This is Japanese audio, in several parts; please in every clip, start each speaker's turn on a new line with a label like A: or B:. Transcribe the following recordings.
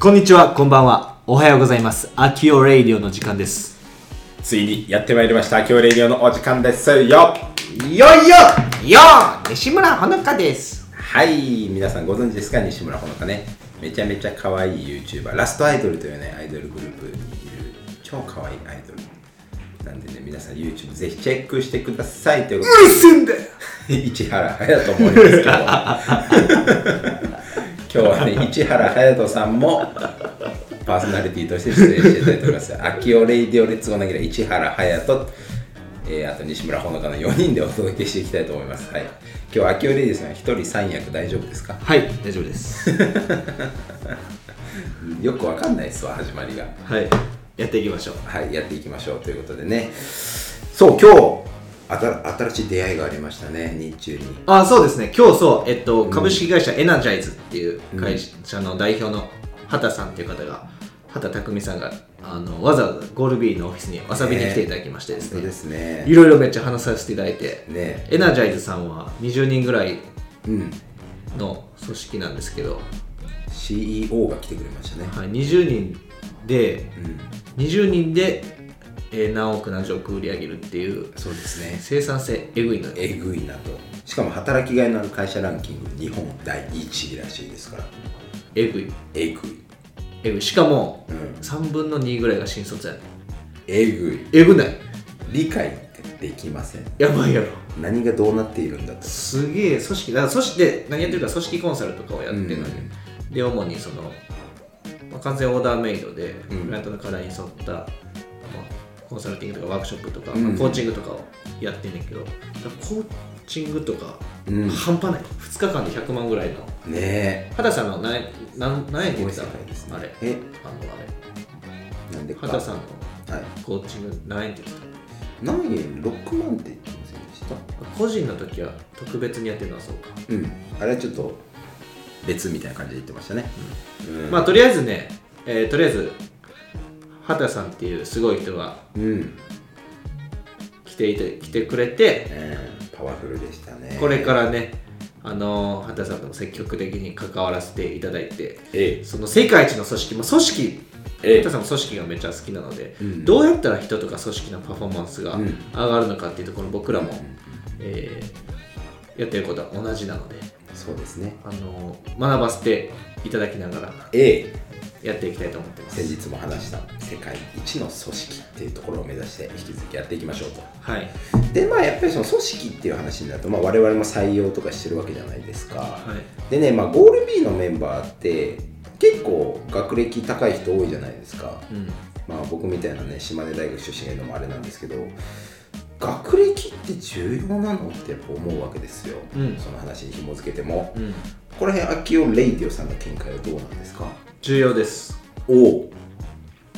A: こんにちは、こんばんは。おはようございます。アキオレイディオの時間です。
B: ついにやってまいりました今日レディオのお時間ですよ
A: いよいよよ西村ほのかです。
B: はい皆さんご存知ですか西村ほのかねめちゃめちゃ可愛い YouTuber ラストアイドルというねアイドルグループにいる超可愛いアイドルなんでね皆さん YouTube ぜひチェックしてくださいということで
A: すんだよ
B: 市原隼人もいますけど今日はね市原隼人さんもパーソナリティとして出演していただいております秋オレイディオレッツゴーナギラ市原隼人、えーあと西村ほのかの4人でお届けしていきたいと思います、はい、今日は秋オレイディオさん1人3役大丈夫ですか
A: はい、大丈夫です。
B: よくわかんないですわ始まりが
A: はい、やっていきましょう。
B: はいやっていきましょうということでねそう今日あた新しい出会いがありましたね日中に
A: あ、そうですね。今日そう、えっと、株式会社エナジャイズっていう会社の代表の畑さんっていう方が、畑匠さんが、あの、わざわざゴールビーのオフィスに遊びに来ていただきましてです
B: そう
A: ね
B: で。すね
A: いろいろめっちゃ話させていただいて、
B: ね
A: エナジャイズさんは20人ぐらい
B: うん
A: の組織なんですけど、
B: CEO が来てくれましたね。
A: はい、20人で
B: うん、
A: 20人で、えー何億何十億売り上げるっていう
B: そうですね。
A: 生産性えぐいのよ
B: えぐいなと。しかも働きがいのある会社ランキング日本第1位らしいですから。
A: えぐい
B: えぐい。
A: えぐいしかも
B: うん。
A: 3分の2ぐらいが新卒やね
B: えぐい。
A: えぐない
B: 理解できません。
A: やばいやろ
B: 何がどうなっているんだと。
A: すげえ組織だから組織で何やってるか組織コンサルとかをやってるのに、
B: うん
A: で主にその、まあ、完全オーダーメイドで
B: うん
A: クライアントの課題に沿った、まあ、コンサルティングとかワークショップとか、
B: うん
A: まあコーチングとかをやってんねんけどだからコーチングとか、
B: うん
A: 半端ない2日間で100万ぐらいの
B: ね
A: 畑さんの何何何やって
B: え。
A: 言
B: ご
A: っ
B: い
A: て
B: 世
A: た
B: 界ですね。
A: あれ
B: え、
A: あのあ
B: なんで
A: れ
B: か。
A: 畑さんの
B: はい。
A: コーチング何やって言って
B: 何円 ?6 万って言ってませんでした
A: た個人の時は特別にやってるのはそうか、
B: うん。あれはちょっと別みたいな感じで言ってましたね。うん
A: まあとりあえずね、えーとりあえず畑さんっていうすごい人が
B: うん。
A: 来ていて来てくれて
B: えーパワフルでしたね。。
A: これかららねあのー畑さんとも積極的に関わらせていただいて
B: え
A: その世界一の組織も組織
B: え
A: 畑さんも組織がめっちゃ好きなので、
B: うん
A: どうやったら人とか組織のパフォーマンスが
B: うん
A: 上がるのかっていうところ僕らも、
B: うん
A: えーやってることは同じなので、
B: そうですね。
A: あのー学ばせていただきながら
B: A
A: やっていきたいと思ってます
B: 先日も話した世界一の組織っていうところを目指して引き続きやっていきましょうと
A: はい
B: でまあやっぱりその組織っていう話になると、まあ、我々も採用とかしてるわけじゃないですか、
A: はい
B: でねまあゴール B のメンバーって結構学歴高い人多いじゃないですか
A: うん
B: まあ僕みたいなね島根大学出身がいるのもあれなんですけど学歴って重要なのってやっぱ思うわけですよ、
A: うん
B: その話に紐付けても
A: うん
B: この辺秋代レイディオさんの見解はどうなんですか
A: 重要です
B: おど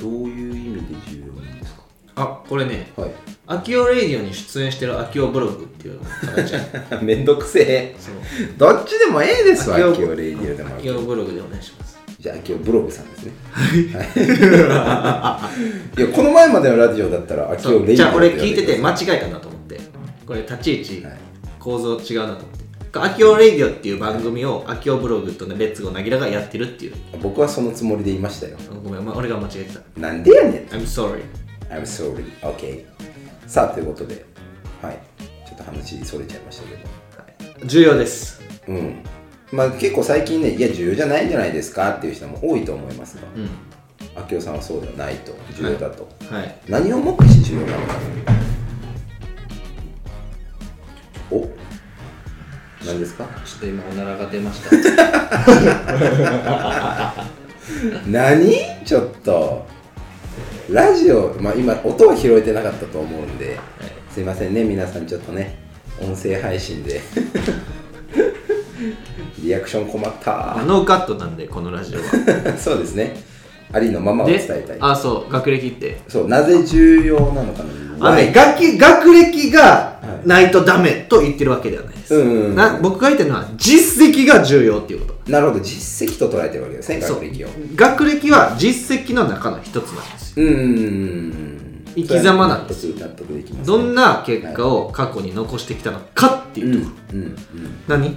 B: ういう意味で重要なんですか
A: あこれね
B: は
A: アキオレイディオに出演してるアキオブログっていう形で
B: い めんどくせえ
A: そう
B: どっちでもええですわ
A: 秋代
B: 秋代レイディオでも
A: アキオブログでお願いします
B: じゃあ秋代ブログさんですね はいいやこの前までのラジオだったら秋
A: そ
B: 代レ
A: う
B: イディオ
A: じゃあ俺
B: 呼んで
A: 聞いてて
B: く
A: 間違えたなと思ってこれ立ち位置、
B: ださい
A: 構造違うなと思ってアキオレイディオっていう番組をアキオブログとねレッツゴーなぎらがやってるっていう
B: はい、僕はそのつもりで言いましたよ
A: ごめん、ま俺が間違えてた
B: なんでやねん
A: I'm sorry
B: I'm sorry OK さあということではいちょっと話それちゃいましたけど
A: 重要です
B: うんまあ結構最近ねいや重要じゃないんじゃないですかっていう人も多いと思いますが
A: うん
B: 秋代さんはそうではないと重要だと、
A: はい
B: 何をもってして重要なのかお何で すか
A: ちょっと今おならが出ました
B: 何ちょっとラジオ、まあ、今音は拾えてなかったと思うんで、すいませんね皆さんちょっとね音声配信 でリアクション困った
A: ノーカットなんでこのラジオは
B: そうですねありのままを伝えたい
A: で あそう学歴って
B: そうなぜ重要なのかな
A: あのね、学歴学歴がないとダメと言ってるわけではないです、
B: うんうんうん
A: な僕が言ってるのは実績が重要っていうこと
B: なるほど実績と捉えてるわけですね
A: そう
B: 学歴を
A: 学歴は実績の中の一つなんですよ
B: うーん
A: 生き様なんです
B: 納得納得できます、
A: どんな結果を過去に残してきたのかって
B: うん
A: いううんとこ
B: うん
A: ろ、何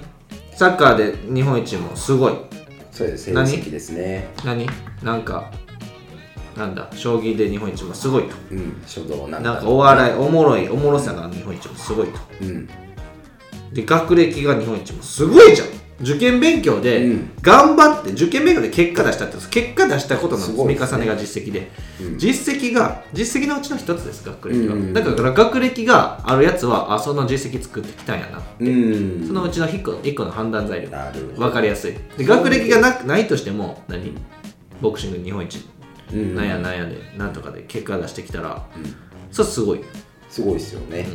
A: サッカーで日本一もすごい
B: そうです成
A: 何
B: 績ですね
A: 何なんかなんだ将棋で日本一もすごいと
B: うん書道なんか
A: なんかお笑いおもろいおもろさが日本一もすごいと
B: うん
A: で学歴が日本一もすごいじゃん受験勉強で
B: うん
A: 頑張って、受験勉強で結果出したって結果出したことの
B: す
A: 積
B: ごい
A: み
B: ですね
A: 重ねが実績で
B: うん
A: 実績が実績のうちの一つです学歴が、
B: うんうん
A: だから学歴があるやつはあその実績作ってきたんやな
B: うん
A: そのうちの一個一個の判断材料
B: なるほど
A: 分かりやすいで学歴がなないとしても何ボクシング日本一
B: うん
A: なんやなんやでなんとかで結果出してきたら、
B: ん
A: それすごい
B: すごいですよね、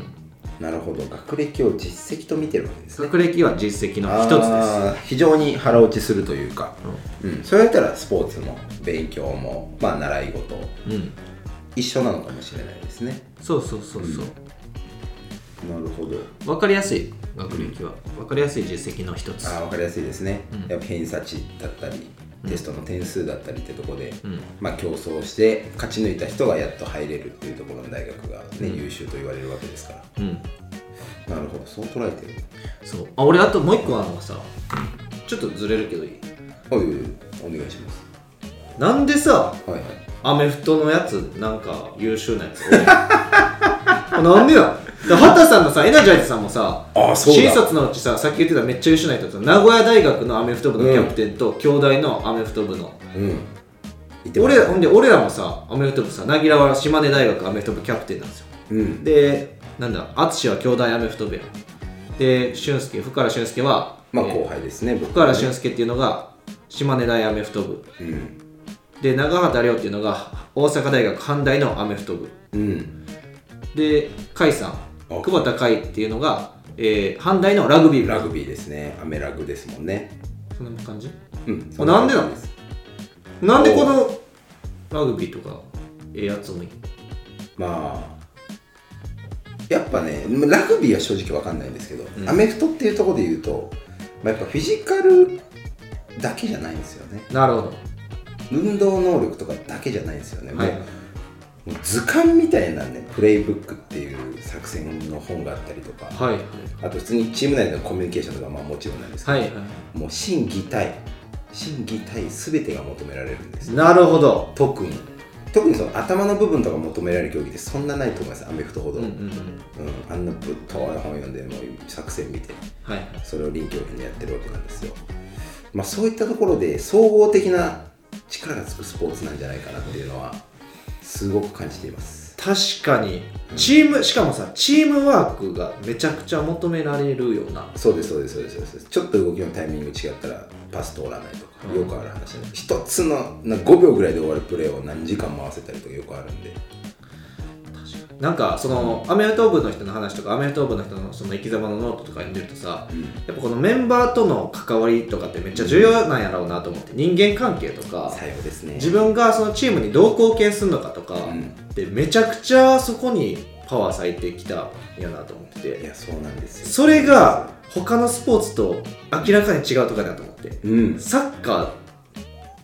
B: なるほど学歴を実績と見てるわけですね
A: 学歴は実績の一つです
B: あー非常に腹落ちするというか、うんそれだったらスポーツも勉強もまあ習い事
A: うん
B: 一緒なのかもしれないですね
A: そうそうそうそう、
B: なるほど
A: 分かりやすい学歴は分かりやすい実績の一つ
B: あーわかりやすいですね、
A: うん
B: やっぱ偏差値だったりテストの点数だったりってとこで、
A: うん
B: まあ競争して勝ち抜いた人がやっと入れるっていうところの大学がね、優秀と言われるわけですか
A: うん
B: らなるほどそう捉えてる
A: そうあ俺あともう一個あるのがさちょっとずれるけどいい
B: おいおいお願いします
A: なんでさ
B: はいはい
A: アメフトのやつなんか優秀なやつ多い なんでやだ畑さんのさエナジャイズさんもさ
B: あーそうだ
A: 新卒のうちささっき言ってためっちゃ優秀な人さ名古屋大学のアメフト部のキャプテンと、京大のアメフト部の
B: うん言ってま
A: 俺
B: す
A: らほんで俺らもさアメフト部さなぎらは島根大学アメフト部キャプテンなんですよ
B: うん
A: でなんだ淳は兄弟アメフト部やで俊介福原俊介は、
B: まあ
A: えー
B: 後輩ですね僕
A: 福原俊介っていうのが島根大アメフト部
B: うん
A: で長畑亮っていうのが大阪大学阪大のアメフト部
B: うん
A: で甲斐さん
B: あ
A: 久保田甲斐っていうのが、えー、阪大のラグビー
B: ラ
A: 部
B: グビーですねアメラグですもんね
A: そんな感じ
B: うん
A: あなんでなん
B: です
A: なんでこのラグビーとかええやつもいい
B: まあやっぱねラグビーは正直わかんないんですけど、
A: うん
B: アメフトっていうところで言うと、まあ、やっぱフィジカルだけじゃないんですよね
A: なるほど
B: 運動能力とかだけじゃないんですよね、
A: はい
B: もうもう図鑑みたいなねプレイブックっていう作戦の本があったりとか、
A: はいはい
B: あと普通にチーム内のコミュニケーションとかまあもちろんなんですけ
A: は
B: ど、
A: いは
B: もう心技体心技体全てが求められるんです
A: いなるほど
B: 特に特にその頭の部分とか求められる競技ってそんなないと思いますアメフトほ
A: う
B: ど、
A: んう
B: うん
A: うんん
B: あんなぶっとい本読んでもう作戦見て
A: はいはい
B: それを臨機応変にやってるわけなんですよまあそういったところで総合的な力がつくスポーツなんじゃないかなっていうのはすごく感じています
A: 確かにチームしかもさチームワークがめちゃくちゃ求められるような
B: そうですそうですそうですそうですちょっと動きのタイミング違ったらパス通らないとか
A: うん
B: よくある話なんで一つのな5秒ぐらいで終わるプレーを何時間回せたりとかよくあるんで
A: なんかそのアメフト部の人の話とかアメフト部の人のその生き様のノートとか読んでるとさやっぱこのメンバーとの関わりとかってめっちゃ重要なんやろうなと思って人間関係とか
B: 作用ですね
A: 自分がそのチームにどう貢献するのかとか
B: うん
A: でめちゃくちゃそこにパワー割いてきたんやなと思って
B: い
A: て
B: やそうなんですよ
A: それが他のスポーツと明らかに違うとかだと思って
B: うん
A: サッカー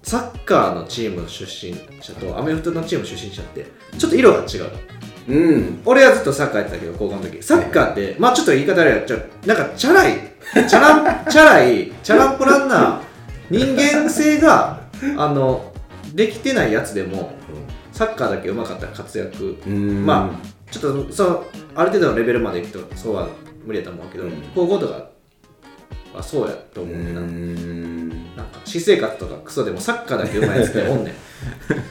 A: サッカーのチームの出身者とアメフトのチームの出身者ってちょっと色が違う
B: うん
A: 俺はずっとサッカーやってたけど高校の時サッカーってまあちょっと言い方あれやちょなんかチャラいチャランチャラいチャランポランな人間性があのできてないやつでもサッカーだけ上手かったら活躍
B: うん
A: まちょっとそのある程度のレベルまでいくとそうは無理だと思うけど、
B: うん
A: 高校とかはそうやと
B: う
A: 思うねんな、
B: ん
A: なんか私生活とかクソでもサッカーだけ上手いやつっておんね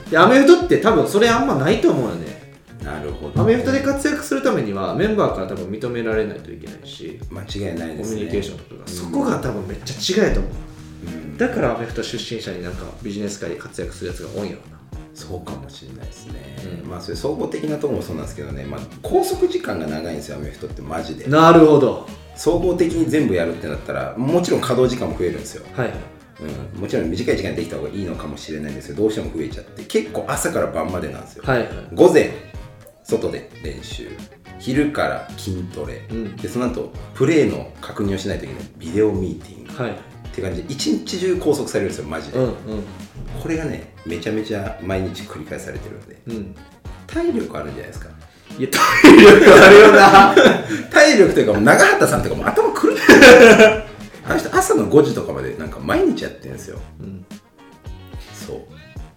A: んでアメフトって多分それあんまないと思うよね
B: なるほど
A: アメフトで活躍するためにはメンバーから多分認められないといけないし
B: 間違いない
A: コ
B: で
A: ミ
B: すね
A: ュニケーションとか、そこが多分めっちゃ違いと思う
B: うん
A: だからアメフト出身者になんかビジネス界で活躍するやつが多いんやろうな
B: そうかもしれないですね、
A: うん
B: まあそれ総合的なとこもそうなんですけどね、まあ、拘束時間が長いんですよアメフトってマジで
A: なるほど
B: 総合的に全部やるってなったらもちろん稼働時間も増えるんですよ、
A: はいはい
B: うん、もちろん短い時間にできた方がいいのかもしれないんですけどどうしても増えちゃって結構朝から晩までなんですよ、
A: はいはい
B: 午前外で練習昼から筋トレ、
A: うん
B: でその後プレーの確認をしないといけないビデオミーティング
A: はい
B: って感じで一日中拘束されるんですよマジで、
A: うん
B: これがねめちゃめちゃ毎日繰り返されてるんで
A: うんうん
B: 体力あるんじゃないですか
A: いや体力あるよな
B: 体力というかもう長畑さんとかもう頭狂ってるあの人朝の5時とかまでなんか毎日やってるんですよ
A: うん、
B: そう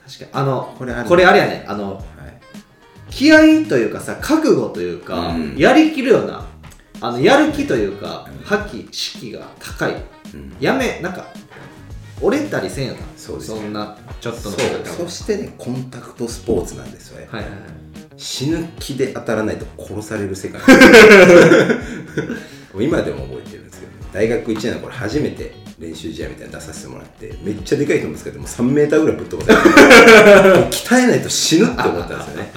A: 確かにあの
B: これある
A: これあれやねあの
B: はい
A: 気合というかさ覚悟というか、
B: うん
A: やりきるようなあのやる気というか
B: うん
A: 覇気士気が高い
B: うん
A: やめなんか折れたりせんよな
B: そうですね
A: んなちょっと
B: そ
A: の
B: う
A: こと
B: そしてねコンタクトスポーツなんですよね、
A: はいはいはい
B: 死ぬ気で当たらないと殺される 世界今でも覚えてるんですけど、大学1年の頃初めて練習試合みたいなの出させてもらってめっちゃでかい人も使ってもう3メーターぐらいぶっ飛ばされてもう鍛えないと死ぬって思ったんです よね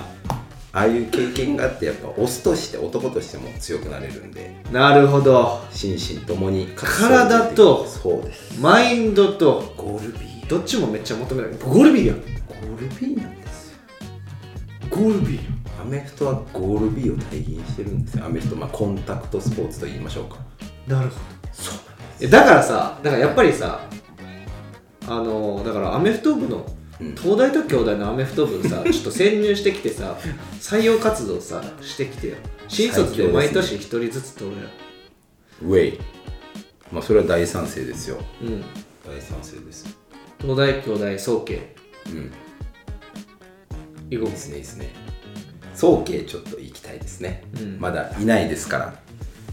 B: ああいう経験があってやっぱオスとして男としても強くなれるんで
A: なるほど
B: 心身ともに
A: 体と
B: そうです
A: マインドと
B: ゴールビー
A: どっちもめっちゃ求められるゴールビーやん
B: ゴールビーなんですよ
A: ゴールビーやん
B: アメフトはゴール B を体現してるんですよアメフト、まあ、コンタクトスポーツと言いましょうか
A: なるほど
B: そう
A: えだからさだからやっぱりさあのだからアメフト部の
B: うん
A: 東大と京大のアメフト部さちょっと潜入してきてさ採用活動さしてきてよ新卒で毎年一人ずつ通るよ
B: ウェイまあそれは大賛成ですよ
A: うん
B: 大賛成です
A: 東大京大総計
B: うん
A: 以
B: い
A: 後
B: いですねいいですね早慶ちょっと行きたいですね、
A: うん
B: まだいないですから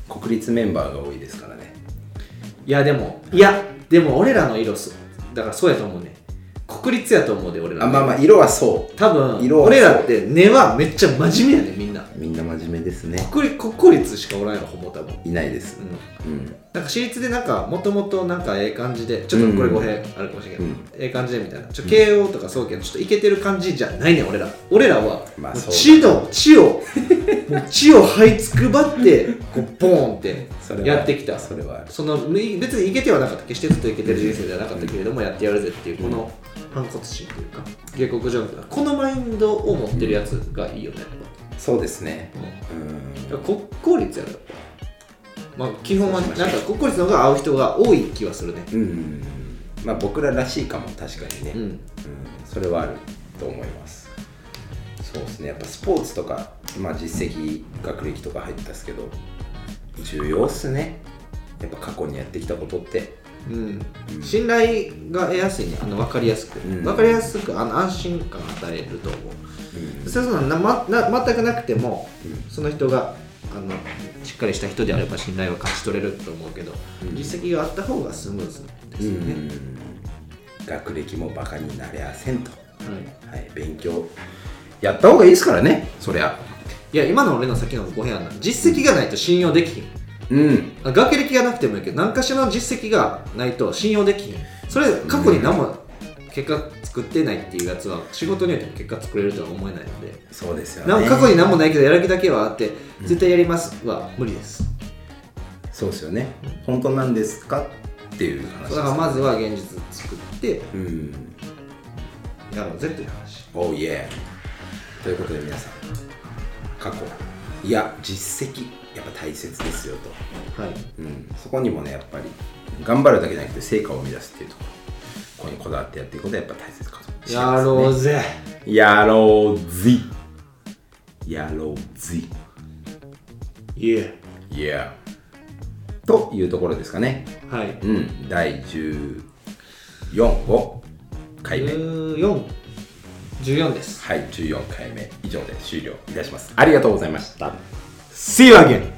B: 国立メンバーが多いですからね
A: いやでもいやでも俺らの色そうだからそうやと思うね国立やと思うで俺ら
B: あまあま
A: あ
B: あ色はそ
A: 多分
B: 色は
A: 俺らって根はめっちゃ真面目やねみんな
B: うみんな真面目ですね
A: 国立国立しかおらんよほぼ多分
B: いないで
A: う
B: す
A: ん
B: うん
A: なんか私立でなんかもともとなんかええ感じでちょっとこれ語弊あるかもしれんけど、
B: うん
A: ええ感じでみたいなちょ慶応とか総慶のちょっといけてる感じじゃないねん俺ら俺らは、
B: まあ
A: もう
B: そう
A: 地の地をもう地を這いつくばってこうポーンって
B: それは
A: やってきた
B: それはある
A: そのみ別にいけてはなかった決してずっといけてる人生ではなかったけれども、やってやるぜっていうこの反骨心というか下克上みたいなこのマインドを持ってるやつがいいよね、
B: そうですね
A: うん
B: うん
A: 国公立やろまあ基本は
B: そうしましょ
A: な
B: うん
A: か国公立の方が合う人が多い気はするね
B: うんまあ僕ららしいかも確かにね、
A: うん
B: うんそれはあると思いますそうですねやっぱスポーツとか、まあ、実績学歴とか入ったっすけど重要っすねやっぱ過去にやってきたことって
A: うん
B: うん
A: 信頼が得やすいねあの分かりやすく、
B: うん
A: 分かりやすくあの安心感与えると思うそれはそんなな、ま、な全くなくても
B: うん
A: その人があのしっかりした人であれば信頼は勝ち取れると思うけど、
B: うん
A: 実績があった方がスムーズですよね、
B: 学歴もバカになりゃせんと、
A: はい、
B: はい、勉強やった方がいいですからねそりゃ
A: いや今の俺の先のご部屋な実績がないと信用できひん
B: うん
A: 学歴がなくてもいいけど何かしらの実績がないと信用できひんそれ過去に何も結果作ってないっていうやつは仕事によっても結果作れるとは思えないので
B: そうですよね
A: なんか過去に何もないけどやる気だけはあって絶対やりますは無理です、
B: そうですよね本当なんですかっていう話です
A: だからまずは現実作って
B: うん
A: やろうぜという話
B: おういえということで皆さん過去いや実績やっぱ大切ですよと、
A: はい
B: うん、そこにもねやっぱり頑張るだけじゃなくて成果を生み出すっていうところここにこだわってやっていくことはやっぱ大切かもしれな
A: や
B: いですね
A: ろうぜ
B: やろうぜやろうぜ
A: いえ
B: いやというところですかね
A: はい
B: うん第14号回目
A: 1414です
B: はい14回目以上で終了いたしますありがとうございました
A: See you again!